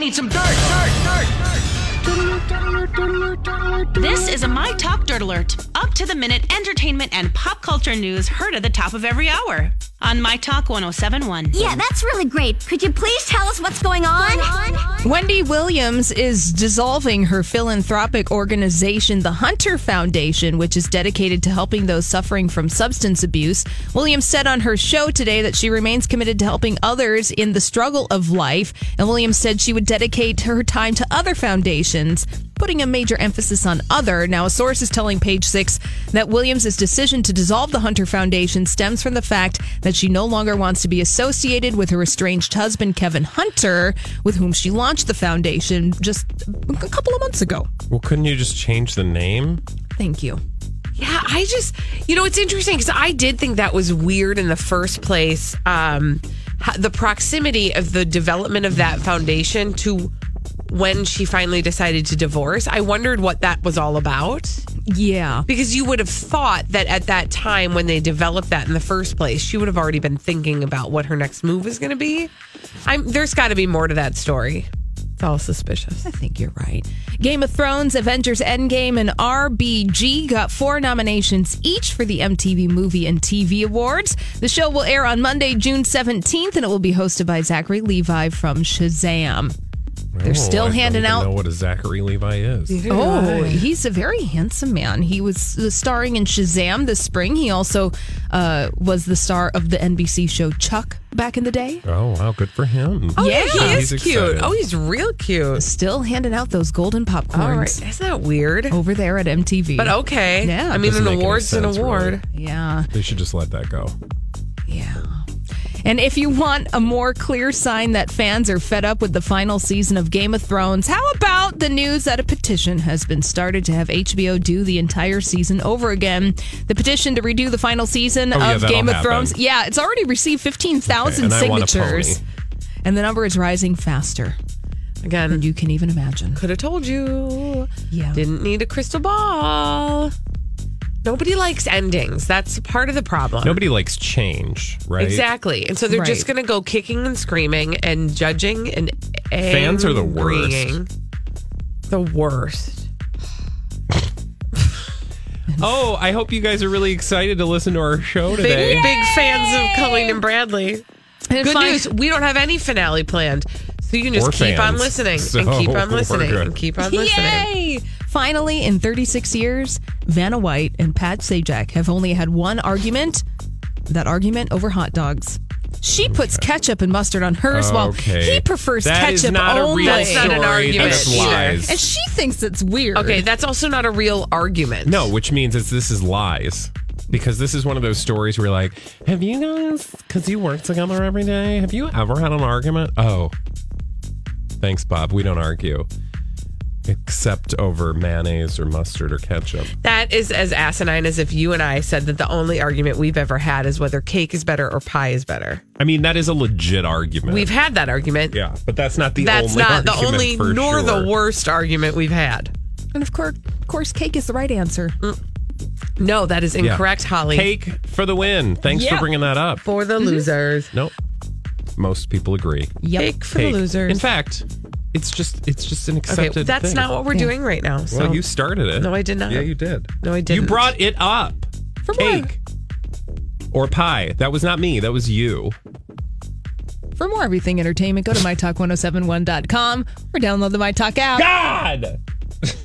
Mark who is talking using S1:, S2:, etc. S1: need some dirt, dirt, dirt.
S2: This is a My Talk Dirt Alert. Up to the minute entertainment and pop culture news heard at the top of every hour on My Talk 1071.
S3: Yeah, that's really great. Could you please tell us what's going on?
S4: Wendy Williams is dissolving her philanthropic organization, the Hunter Foundation, which is dedicated to helping those suffering from substance abuse. Williams said on her show today that she remains committed to helping others in the struggle of life. And Williams said she would dedicate her time to other foundations. Putting a major emphasis on other. Now, a source is telling Page Six that Williams' decision to dissolve the Hunter Foundation stems from the fact that she no longer wants to be associated with her estranged husband, Kevin Hunter, with whom she launched the foundation just a couple of months ago.
S5: Well, couldn't you just change the name?
S4: Thank you.
S6: Yeah, I just, you know, it's interesting because I did think that was weird in the first place. Um, ho- the proximity of the development of that foundation to when she finally decided to divorce. I wondered what that was all about
S4: Yeah.
S6: because you would have thought that at that time when they developed that in the first place, she would have already been thinking about what her next move was going to be. I'm there's got to be more to that story. It's all suspicious.
S4: I think you're right. Game of Thrones, Avengers Endgame, and RBG got four nominations each for the MTV Movie and TV Awards. The show will air on Monday, June 17th, and it will be hosted by Zachary Levi from Shazam. They're still
S5: Oh, I don't
S4: handing
S5: even
S4: out-
S5: Know what a Zachary Levi is?
S4: Oh, he's a very handsome man. He was uh, starring in Shazam this spring. He also uh, was the star of the NBC show Chuck back in the day.
S5: Oh wow, good for him.
S4: yeah.
S6: Oh, he is
S5: He's
S6: cute.
S5: excited.
S6: Oh, he's real cute.
S4: Still handing out those golden
S6: All right,
S4: popcorns
S6: isn't that weird?
S4: over there at MTV.
S6: But okay,
S4: Yeah.
S6: I mean,
S5: Doesn't
S6: an
S5: make any
S6: award's an
S5: sense,
S6: award.
S5: really.
S4: yeah.
S5: They should just let that go.
S4: Yeah. And if you want a more clear sign that fans are fed up with the final season of Game of Thrones, how about the news that a petition has been started to have HBO do the entire season over again? The petition to redo the final season
S5: Oh, yeah,
S4: of
S5: that'll
S4: Game of
S5: happen.
S4: Thrones. Yeah, it's already received 15,000
S5: Okay, and I want a
S4: signatures.
S5: pony.
S4: And the number is rising faster than
S6: Again,
S4: you can even imagine.
S6: could have told you.
S4: Yeah.
S6: Didn't need a crystal ball. Nobody likes endings. That's part of the problem.
S5: Nobody likes change, right?
S6: Exactly. And so they're just
S4: Right.
S6: going to go kicking and screaming and judging and
S5: Fans are the worst.
S6: angrying. The worst.
S5: Oh, I hope you guys are really excited to listen to our show today.
S6: Big, big fans of Colleen and Bradley.
S4: And
S6: Good
S4: fin-
S6: news. We don't have any finale planned. So you can just
S5: Or
S6: keep on
S5: fans.
S6: listening and
S5: So
S6: keep on
S5: we're
S6: listening
S5: good.
S6: and keep on listening.
S4: Yay! Finally, in 36 years, Vanna White and Pat Sajak have only had one argument that argument over hot dogs. She puts ketchup and mustard on hers, while
S5: Okay.
S4: he prefers
S5: That is
S4: ketchup
S5: not a
S4: only.
S5: real
S6: That's not an
S5: story.
S6: argument.
S5: That's
S6: Sure.
S5: lies.
S4: And she thinks it's weird.
S6: Okay, that's also not a real argument.
S5: No, which means it's this is lies. Because this is one of those stories where, like, have you guys, because you work together every day, have you ever had an argument? Oh, thanks, Bob. We don't argue except over mayonnaise or mustard or ketchup.
S6: That is as asinine as if you and I said that the only argument we've ever had is whether cake is better or pie is better.
S5: I mean, that is a legit argument.
S6: We've had that argument.
S5: yeah, but that's not the
S6: That's
S5: only
S6: not the
S5: argument
S6: only
S5: for
S6: nor
S5: sure.
S6: the worst argument we've had.
S4: And of course, of course, cake is the right answer.
S6: Mm, No, that is
S5: Yeah.
S6: incorrect, Holly. Mm-hmm.
S5: Cake for the win. Thanks
S4: Yeah.
S5: for bringing that up.
S6: for the losers.
S5: Nope. Most people agree.
S4: Yep.
S6: Cake for
S5: Cake.
S6: the
S5: In
S6: losers.
S5: fact, it's just it's just an
S6: Okay,
S5: accepted
S6: that's
S5: thing.
S6: not what we're doing right now. So
S5: Well, you started it.
S6: No, I did not.
S5: Yeah, you did.
S6: No, I didn't.
S5: You brought it up.
S4: For more,
S5: Cake. Or pie. That was not me. That was you.
S4: oh for more everything entertainment, go to mytalk1071.com or download the MyTalk app.
S5: God!